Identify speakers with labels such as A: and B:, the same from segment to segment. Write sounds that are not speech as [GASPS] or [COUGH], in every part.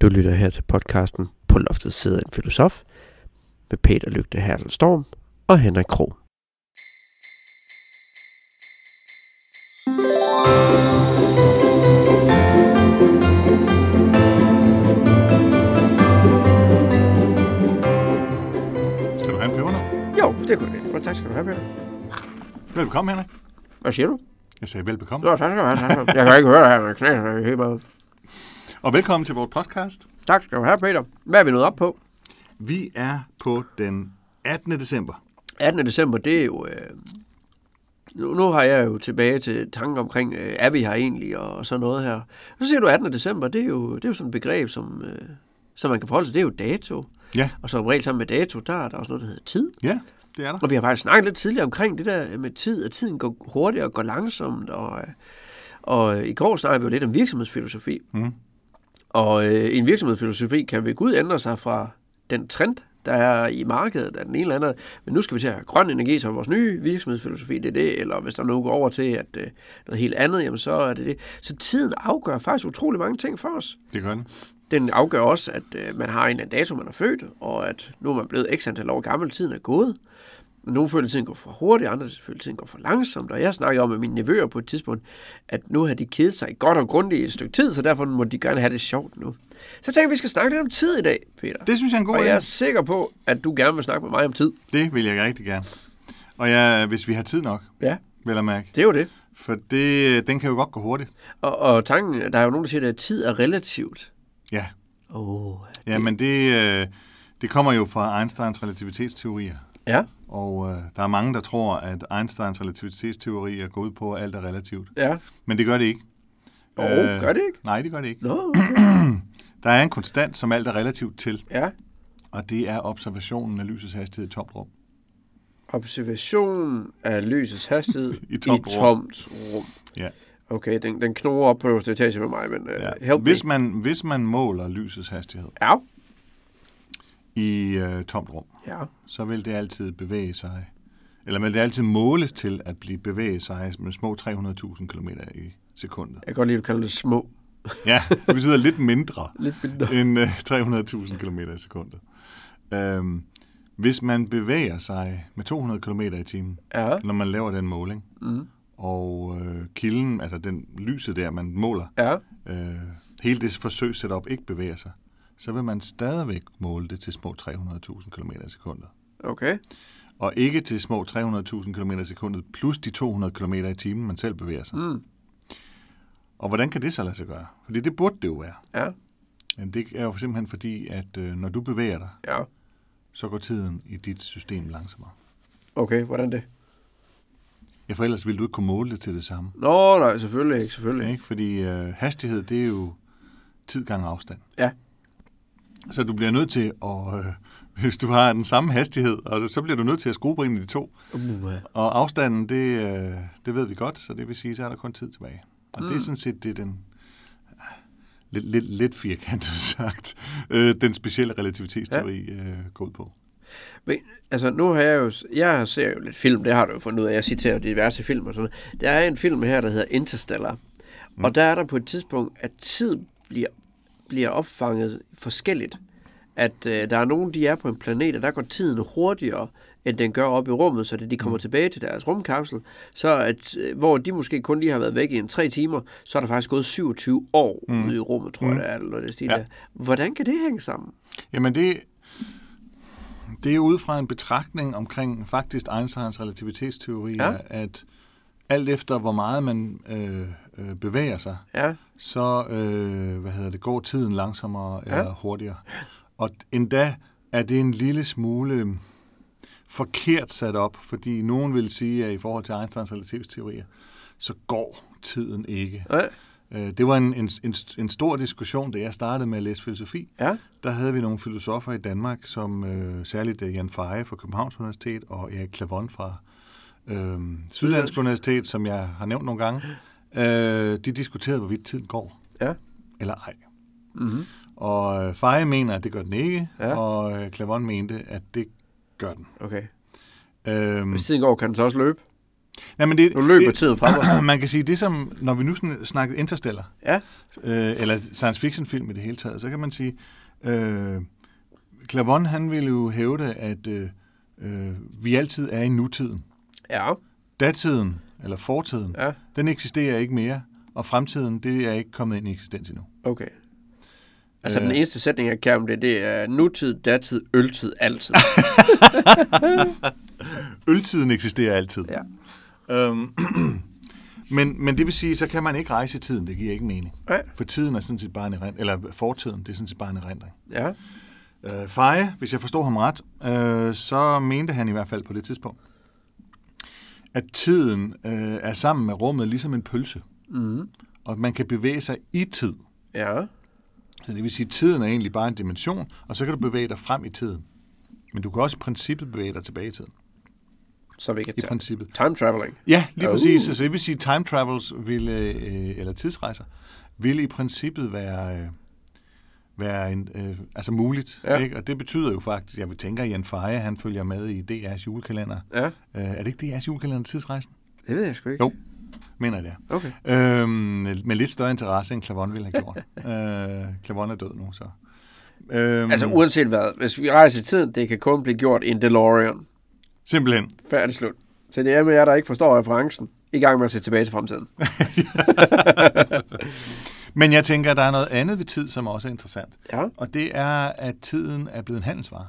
A: Du lytter her til podcasten På loftet sidder en filosof med Peter Lygte Hertel Storm og Henrik Kro.
B: Skal du have en peberner?
A: Jo, det kunne det. Godt, tak skal du have, Peter.
B: Velbekomme, Henrik.
A: Hvad siger du?
B: Jeg sagde velbekomme.
A: Nå, tak skal du have. Tak skal du have. Jeg kan ikke høre dig her, når jeg knaser i hele meget.
B: Og velkommen til vores podcast.
A: Tak skal du have, Peter. Hvad er vi nået op på?
B: Vi er på den 18. december.
A: 18. december, det er jo... Øh... Nu, nu har jeg jo tilbage til tanker omkring, øh, er vi her egentlig, og sådan noget her. Så siger du 18. december, det er jo, det er jo sådan et begreb, som, øh, som man kan forholde sig. Det er jo dato.
B: Ja.
A: Og som regel sammen med dato, der er der også noget, der hedder tid.
B: Ja, det er der.
A: Og vi har faktisk snakket lidt tidligere omkring det der med tid, at tiden går hurtigt og går langsomt. Og, øh, og øh, i går snakkede vi jo lidt om virksomhedsfilosofi.
B: Mm.
A: Og øh, en virksomhedsfilosofi kan ved Gud ændre sig fra den trend, der er i markedet af den ene eller anden. Men nu skal vi til at have grøn energi som vores nye virksomhedsfilosofi, det er det. Eller hvis der nu går over til at øh, noget helt andet, jamen så er det det. Så tiden afgør faktisk utrolig mange ting for os
B: Det gør den.
A: den afgør også, at øh, man har en eller anden dato, man er født, og at nu er man blevet x antal år gammel, tiden er gået. Nogle føler, at tiden går for hurtigt, andre føler, at tiden går for langsomt. Og jeg snakkede om med mine nevøer på et tidspunkt, at nu har de kedet sig godt og grundigt i et stykke tid, så derfor må de gerne have det sjovt nu. Så jeg tænker, at vi skal snakke lidt om tid i dag, Peter.
B: Det synes jeg er en god
A: og
B: idé.
A: jeg er sikker på, at du gerne vil snakke med mig om tid.
B: Det vil jeg rigtig gerne. Og ja, hvis vi har tid nok,
A: Ja,
B: vil jeg mærke.
A: det er jo det.
B: For det, den kan jo godt gå hurtigt.
A: Og, og tanken, der er jo nogen, der siger, at tid er relativt.
B: Ja,
A: Åh, oh,
B: ja men det, øh, det kommer jo fra Einsteins relativitetsteorier.
A: ja.
B: Og øh, der er mange, der tror, at Einsteins relativitetsteorier går ud på, at alt er relativt.
A: Ja.
B: Men det gør det ikke. Øh,
A: Åh, gør det ikke?
B: Nej, det gør det ikke.
A: Nå,
B: Der er en konstant, som alt er relativt til.
A: ja.
B: Og det er observationen af lysets hastighed i tomt rum.
A: Observation af lysets hastighed
B: I
A: [LAUGHS] i,
B: tomt
A: tomt,
B: rum.
A: i tomt rum.
B: Ja.
A: Okay, den, den knoger op på øverste etage med mig, men uh, ja.
B: ja.
A: help
B: Hvis,
A: me.
B: man, hvis man måler lysets hastighed
A: Ja,
B: i øh, tomt rum,
A: ja.
B: så vil det altid bevæge sig, eller vil det altid måles til at blive bevæge sig med små 300.000 km i sekundet.
A: Jeg kan godt lide, at du kalder det små.
B: Ja, det betyder lidt mindre
A: [LAUGHS] Lidt mindre.
B: end øh, 300.000 km i sekundet. Øhm, hvis man bevæger sig med 200 km i timen,
A: Ja,
B: når man laver den måling,
A: mm.
B: og øh, kilden, altså den lyset der, man måler,
A: ja.
B: øh, hele det forsøg setup ikke bevæger sig, så vil man stadigvæk måle det til små 300.000 km i sekundet.
A: Okay.
B: Og ikke til små 300.000 km i sekundet plus de 200 km i timen, man selv bevæger sig.
A: Mm.
B: Og hvordan kan det så lade sig gøre? Fordi det burde det jo være.
A: Ja,
B: Men det er jo simpelthen fordi, at øh, når du bevæger dig,
A: ja.
B: så går tiden i dit system langsommere.
A: Okay, hvordan det?
B: Ja, for ellers ville du ikke kunne måle det til det samme.
A: Nå, nej, selvfølgelig ikke, selvfølgelig ikke.
B: Ikke? Fordi øh, hastighed, det er jo tid gange afstand.
A: Ja.
B: Så du bliver nødt til at, øh, [LAUGHS] hvis du har den samme hastighed, og så bliver du nødt til at skrue på en af de to.
A: Uh, ja.
B: Og afstanden, det, øh, det ved vi godt, så det vil sige, så er der kun tid tilbage. Og mm. det er sådan set det, er den ah, lidt, lidt, lidt firkantet [LAUGHS] sagt, øh, den specielle relativitetsteori øh, går ud på.
A: Men, altså, nu har jeg jo... Jeg ser jo lidt film, det har du jo fundet ud af. Jeg citerer diverse film og sådan noget. Der er en film her, der hedder Interstellar. Mm. Og der er der på et tidspunkt, at tid bliver, bliver opfanget forskelligt. At øh, der er nogen, de er på en planet, og der går tiden hurtigere, end den gør op i rummet, så det, de kommer tilbage til deres rumkapsel. Så at, øh, hvor de måske kun lige har været væk i en tre timer, så er der faktisk gået 27 år mm. ude i rummet, tror jeg, det er, eller noget, i den stil
B: Ja.
A: der. Hvordan kan det hænge sammen?
B: Jamen det, det er ud fra en betragtning omkring faktisk Einsteins relativitetsteori,
A: Ja.
B: ja. at alt efter hvor meget man øh, øh, bevæger sig,
A: Ja,
B: så øh, hvad hedder det, går tiden langsommere
A: Ja.
B: eller hurtigere. Og endda er det en lille smule forkert sat op, fordi nogen vil sige, at i forhold til Einsteins relativitetsteorier, så går tiden ikke.
A: ja,
B: Øh, Det var en, en, en, en stor diskussion, da jeg startede med at læse filosofi,
A: ja.
B: der havde vi nogle filosofer i Danmark, som øh, særligt øh, Jan Feje fra Københavns Universitet og Erik Clavon fra øh, Syddansk Universitet, som jeg har nævnt nogle gange, øh, de diskuterede, hvorvidt tiden går
A: ja.
B: eller ej.
A: Mm-hmm.
B: Og øh, Feje mener, at det gør den ikke,
A: Ja.
B: og øh, Clavon mente, at det gør den.
A: Okay.
B: Øhm,
A: Hvis tiden går, kan den så også løbe.
B: Nej, men det,
A: Nu løber
B: det,
A: tiden fra
B: [CLEARS THROAT]
A: mig.
B: Man kan sige, det som, når vi nu sådan snakkede Interstellar,
A: Ja,
B: øh, eller science fiction film i det hele taget, så kan man sige, øh, Clavon han ville jo hævde, at øh, øh, vi altid er i nutiden.
A: ja,
B: Datiden, eller fortiden, ja.
A: ja.
B: den eksisterer ikke mere, og fremtiden, det er ikke kommet ind i eksistens endnu.
A: Okay. Altså,
B: Øh.
A: den eneste sætning, jeg kan om det, det er nutid, datid, øltid, [LAUGHS] altid.
B: Øltiden eksisterer altid.
A: Ja.
B: Øhm, [CLEARS THROAT] men, men det vil sige, så kan man ikke rejse i tiden, det giver ikke mening.
A: Nej.
B: For tiden er sådan set bare en erindring, eller fortiden, det er sådan set bare en erindring.
A: Ja,
B: Øh, Feje, hvis jeg forstår ham ret, øh, så mente han i hvert fald på det tidspunkt, at tiden øh, er sammen med rummet ligesom en pølse,
A: mm.
B: og at man kan bevæge sig i tid.
A: ja,
B: Så det vil sige, at tiden er egentlig bare en dimension, og så kan du bevæge dig frem i tiden. Men du kan også i princippet bevæge dig tilbage i tiden.
A: så vi kan
B: I
A: tage.
B: princippet.
A: Time traveling.
B: Ja, lige
A: Uh.
B: præcis. Så det vil sige, at time travels ville, øh, eller tidsrejser ville i princippet være, øh, være en, øh, altså muligt.
A: Ja.
B: Ikke? Og det betyder jo faktisk, jeg vil tænke, at Jan Feje, han følger med i DR's julekalender.
A: Ja,
B: Øh, er det ikke DR's julekalender tidsrejsen?
A: det ved jeg sgu ikke.
B: Jo. Mener jeg det er.
A: Okay.
B: Øhm, med lidt større interesse, end Clavon ville have
A: [LAUGHS]
B: gjort. øh, Clavon er død nu, så. Øhm,
A: Altså, uanset hvad, hvis vi rejser i tiden, det kan kun blive gjort i en DeLorean. [LAUGHS]
B: simpelthen.
A: Færdig slut. Så det er med jer, der ikke forstår referencen. I gang med at se tilbage til fremtiden.
B: Men jeg tænker, at der er noget andet ved tid, som også er interessant.
A: Ja,
B: Og det er, at tiden er blevet en handelsvare.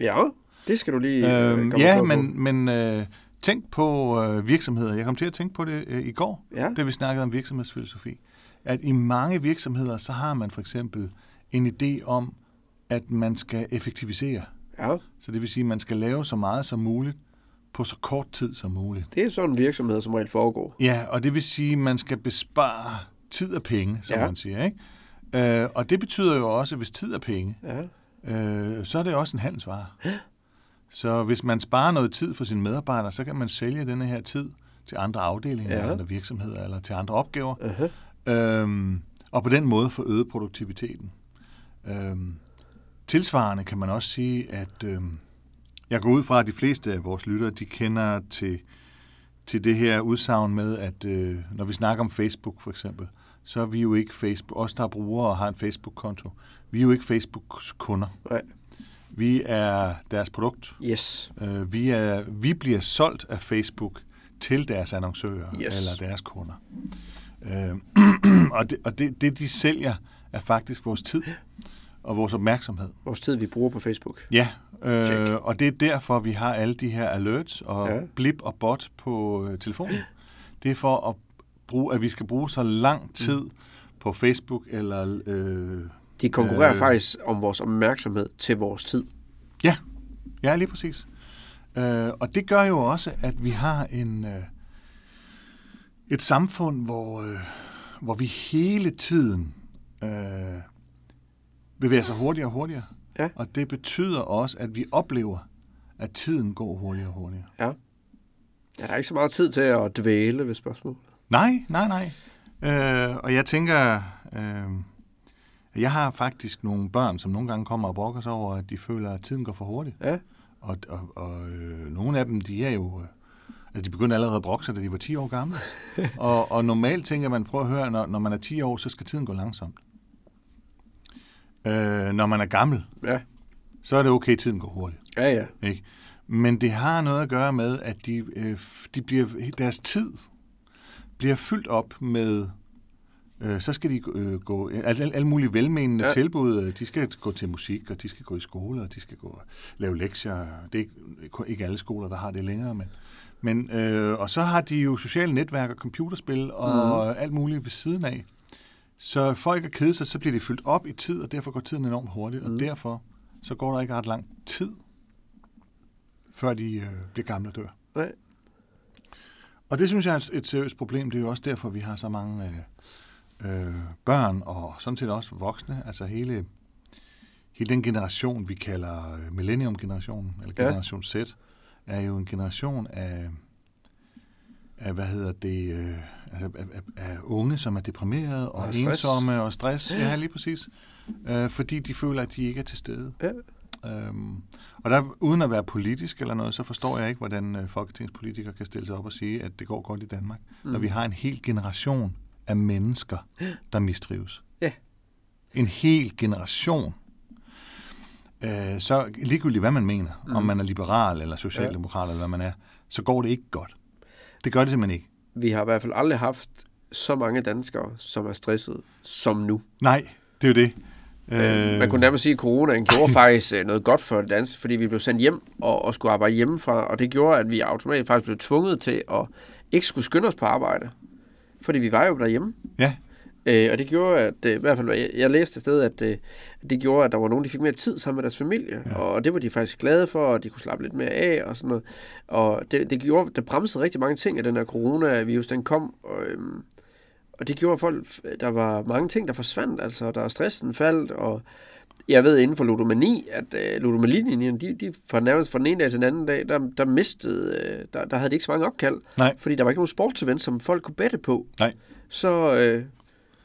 A: ja. Det skal du lige øh,
B: Øhm,
A: komme
B: ja,
A: klog på.
B: men, men øh, tænk på øh, virksomheder. Jeg kom til at tænke på det øh, i går,
A: Ja,
B: da vi snakkede om virksomhedsfilosofi. At i mange virksomheder, så har man for eksempel en idé om, at man skal effektivisere.
A: ja.
B: Så det vil sige, at man skal lave så meget som muligt på så kort tid som muligt.
A: Det er sådan en virksomhed, som regel foregår.
B: Ja, og det vil sige, at man skal bespare tid og penge, som
A: Ja.
B: ja. man siger. Ikke? Øh, og det betyder jo også, at hvis tid er penge,
A: Ja.
B: øh, så er det også en handelsvare. Så hvis man sparer noget tid for sine medarbejdere, så kan man sælge denne her tid til andre afdelinger,
A: Ja.
B: ja. andre virksomheder eller til andre opgaver.
A: Uh-huh.
B: Øhm, og på den måde få øget produktiviteten. Øhm, tilsvarende kan man også sige, at øhm, jeg går ud fra, at de fleste af vores lyttere, de kender til, til det her udsagn med, at øh, når vi snakker om Facebook for eksempel, så er vi jo ikke Facebook, os der er brugere og har en Facebook-konto, vi er jo ikke Facebooks kunder.
A: Nej.
B: Vi er deres produkt.
A: Yes.
B: Øh, vi, er, vi bliver solgt af Facebook til deres annoncører
A: Yes.
B: yes. eller deres kunder. Øh, [CLEARS THROAT] og det, og det, det, de sælger, er faktisk vores tid og vores opmærksomhed.
A: Vores tid, vi bruger på Facebook.
B: Ja,
A: Check.
B: øh, og det er derfor, vi har alle de her alerts og
A: Ja.
B: ja. blip og bot på øh, telefonen. Det er for at, bruge, at vi skal bruge så
A: Mm.
B: lang tid på Facebook eller... Øh,
A: De konkurrerer øh.
B: Øh.
A: faktisk om vores opmærksomhed til vores tid.
B: Ja, ja lige præcis. Øh, og det gør jo også, at vi har en øh, et samfund, hvor, øh, hvor vi hele tiden øh, bevæger sig hurtigere og hurtigere.
A: Ja.
B: Og det betyder også, at vi oplever, at tiden går hurtigere og hurtigere.
A: Ja, der er ikke så meget tid til at dvæle ved spørgsmål.
B: Nej, nej, nej. Øh, og jeg tænker, øh, at jeg har faktisk nogle børn, som nogle gange kommer og brokker sig over, at de føler, at tiden går for hurtigt.
A: Ja.
B: Og, og, og øh, nogle af dem, de er jo... Øh, altså, de begyndte allerede at brokke sig, da de var 10 år gamle. og, og normalt tænker man, prøv at høre, når, når man er 10 år, så skal tiden gå langsomt. Øh, når man er gammel,
A: Ja,
B: så er det okay, at tiden går hurtigt.
A: ja, ja.
B: Ikke? Men det har noget at gøre med, at de, øh, f- de bliver, deres tid bliver fyldt op med, øh, så skal de øh, gå, alle, alle- alle mulige velmenende
A: Ja.
B: ja. tilbud, øh, de skal gå til musik, og de skal gå i skole, og de skal gå og lave lektier. Det er ikke, kun- ikke alle skoler, der har det længere, men, men øh, og så har de jo sociale netværk og computerspil og mm. alt muligt ved siden af. Så for ikke at kede sig, så bliver de fyldt op i tid, og derfor går tiden enormt hurtigt, mm. og derfor så går der ikke ret lang tid, før de øh, bliver gamle og dør.
A: Nej.
B: Og det synes jeg er et- et seriøst problem. Det er jo også derfor, vi har så mange øh, øh, børn, og sådan set også voksne. Altså hele, hele den generation, vi kalder øh, millennium-generationen, eller
A: Ja.
B: generation ja. Z, er jo en generation af, af hvad hedder det, øh, altså af, af, af unge, som er deprimerede og,
A: Og
B: og
A: stress.
B: ensomme og stress. Ja, lige præcis. Øh, fordi de føler, at de ikke er til stede.
A: Ja.
B: Øhm, og der, uden at være politisk eller noget, så forstår jeg ikke, hvordan øh, folketingspolitikere kan stille sig op og sige, at det går godt i Danmark, mm. når vi har en hel generation af
A: [GASPS]
B: mennesker, der mistrives.
A: Ja.
B: En hel generation. Øh, så ligegyldigt hvad man mener, mm. om man er liberal eller socialdemokrat ja. eller hvad man er, så går det ikke godt. Det gør det simpelthen ikke.
A: Vi har i hvert fald aldrig haft så mange danskere, som er stresset som nu.
B: Nej, det er jo det.
A: Øh, man kunne nærmest sige, at coronaen gjorde faktisk øh, noget godt for det danske, fordi vi blev sendt hjem og, og skulle arbejde hjemmefra, og det gjorde, at vi automatisk faktisk blev tvunget til at ikke skulle skynde os på arbejde, fordi vi var jo derhjemme.
B: Ja,
A: Øh, og det gjorde, at øh, i hvert fald, jeg, jeg læste et sted, at øh, det gjorde, at der var nogen, der fik mere tid sammen med deres familie, ja. og, og det var de faktisk glade for, og de kunne slappe lidt mere af og sådan noget. Og det, det gjorde, det bremsede rigtig mange ting, at den her coronavirus, den kom, og, øhm, og det gjorde at folk, der var mange ting, der forsvandt, altså der stressen faldt, og jeg ved inden for ludomani, at øh, ludomalinjen, de, de fra nærmest fra den ene dag til den anden dag, der, der mistede, øh, der, der havde de ikke så mange opkald,
B: Nej.
A: fordi der var ikke nogen sportsevent, som folk kunne bette på.
B: nej.
A: Så, øh,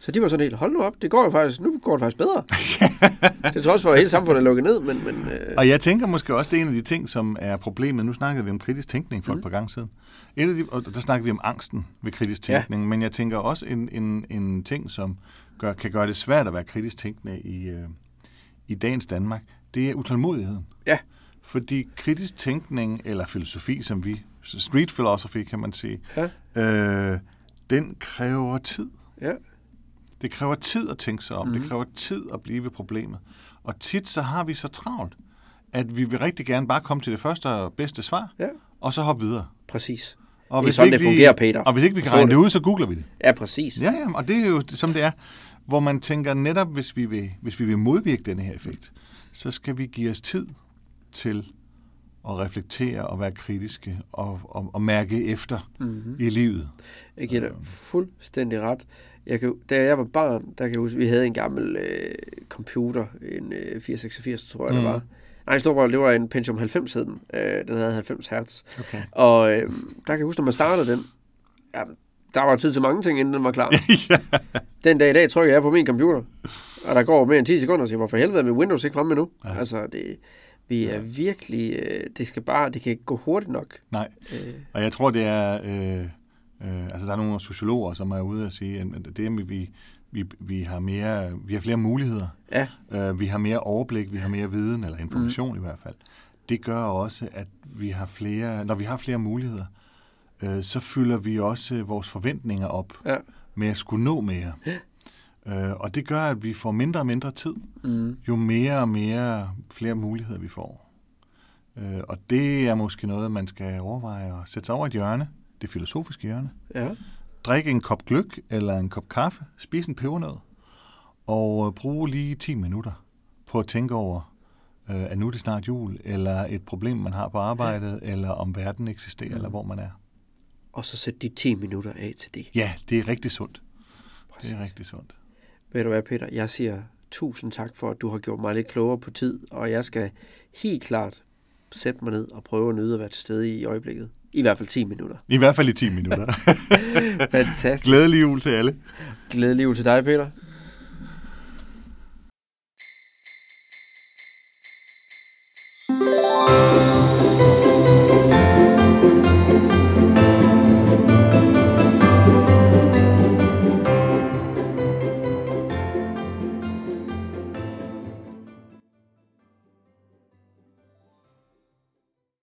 A: så de var sådan helt, hold nu op, det går jo faktisk, nu går det faktisk bedre. det er trods for, at hele samfundet er lukket ned, men, men øh,
B: Og jeg tænker måske også, det er en af de ting, som er problemet. Nu snakkede vi om kritisk tænkning for mm. et par gange siden. Et af de, og der snakkede vi om angsten ved kritisk
A: Ja.
B: tænkning, ja. men jeg tænker også en, en, en ting, som gør, kan gøre det svært at være kritisk tænkende i, øh, i dagens Danmark, det er utålmodigheden.
A: ja,
B: Fordi kritisk tænkning, eller filosofi, som vi, street philosophy kan man sige,
A: ja,
B: øh, den kræver tid.
A: ja,
B: Det kræver tid at tænke sig om.
A: Mhm.
B: Mm-hmm. Det kræver tid at blive ved problemet. Og tit så har vi så travlt, at vi vil rigtig gerne bare komme til det første og bedste svar,
A: ja,
B: og så hoppe videre.
A: præcis.
B: Og
A: Det er sådan,
B: ikke
A: det
B: vi-
A: fungerer, Peter.
B: Og hvis ikke vi kan
A: Forstår
B: regne det
A: du?
B: ud, så googler vi det.
A: Ja, præcis.
B: Ja, ja, og det er jo som det er. Hvor man tænker netop, hvis vi vil, hvis vi vil modvirke denne her effekt, så skal vi give os tid til at reflektere og være kritiske og, og, og mærke efter
A: Mhm.
B: mm-hmm. i livet.
A: Jeg giver dig fuldstændig ret. Jeg kan, da jeg var barn, der kan jeg huske, vi havde en gammel øh, computer, en øh, 486, tror jeg, mm. det var. Nej, en stor røv, det var en Pentium 90 hed den. Øh, den havde 90 hertz.
B: Okay.
A: Og øh, der kan jeg huske, når man startede den, ja, der var tid til mange ting, inden den var [LAUGHS] klar. Den dag i dag trykker jeg på min computer, og der går mere end 10 sekunder, og siger, hvorfor helvede er min Windows ikke fremme endnu? Ja. Altså, det, vi er virkelig, øh, det skal bare, det kan ikke gå hurtigt nok. Øh,
B: Nej, og jeg tror, det er... Øh, øh, altså, der er nogle sociologer, som er ude og sige, at det med, vi, vi, vi, har mere, vi har flere muligheder.
A: Ja,
B: Øh, vi har mere overblik, vi har mere viden, eller information mm. i hvert fald. Det gør også, at vi har flere, når vi har flere muligheder, øh, så fylder vi også vores forventninger op
A: ja,
B: med at skulle nå mere. Øh, og det gør, at vi får mindre og mindre tid,
A: mm,
B: jo mere og mere flere muligheder vi får. Øh, og det er måske noget, man skal overveje at sætte sig over et hjørne, det filosofiske hjørne,
A: ja.
B: drikke en kop gløk eller en kop kaffe, spise en pebernød og øh, bruge lige 10 minutter på at tænke over, øh, er nu det snart jul, eller et problem, man har på arbejdet, eller om verden eksisterer, eller hvor man er.
A: Og så sæt de 10 minutter af til det.
B: Ja, det er rigtig sundt. Det
A: Præcis.
B: er rigtig sundt.
A: Ved du hvad, Peter? Jeg siger tusind tak for, at du har gjort mig lidt klogere på tid, og jeg skal helt klart sætte mig ned og prøve at nyde at være til stede i øjeblikket. I hvert fald 10 [LAUGHS] minutter.
B: I hvert fald i 10 minutter.
A: Fantastisk.
B: Glædelig jul til alle.
A: Glædelig jul til dig, Peter.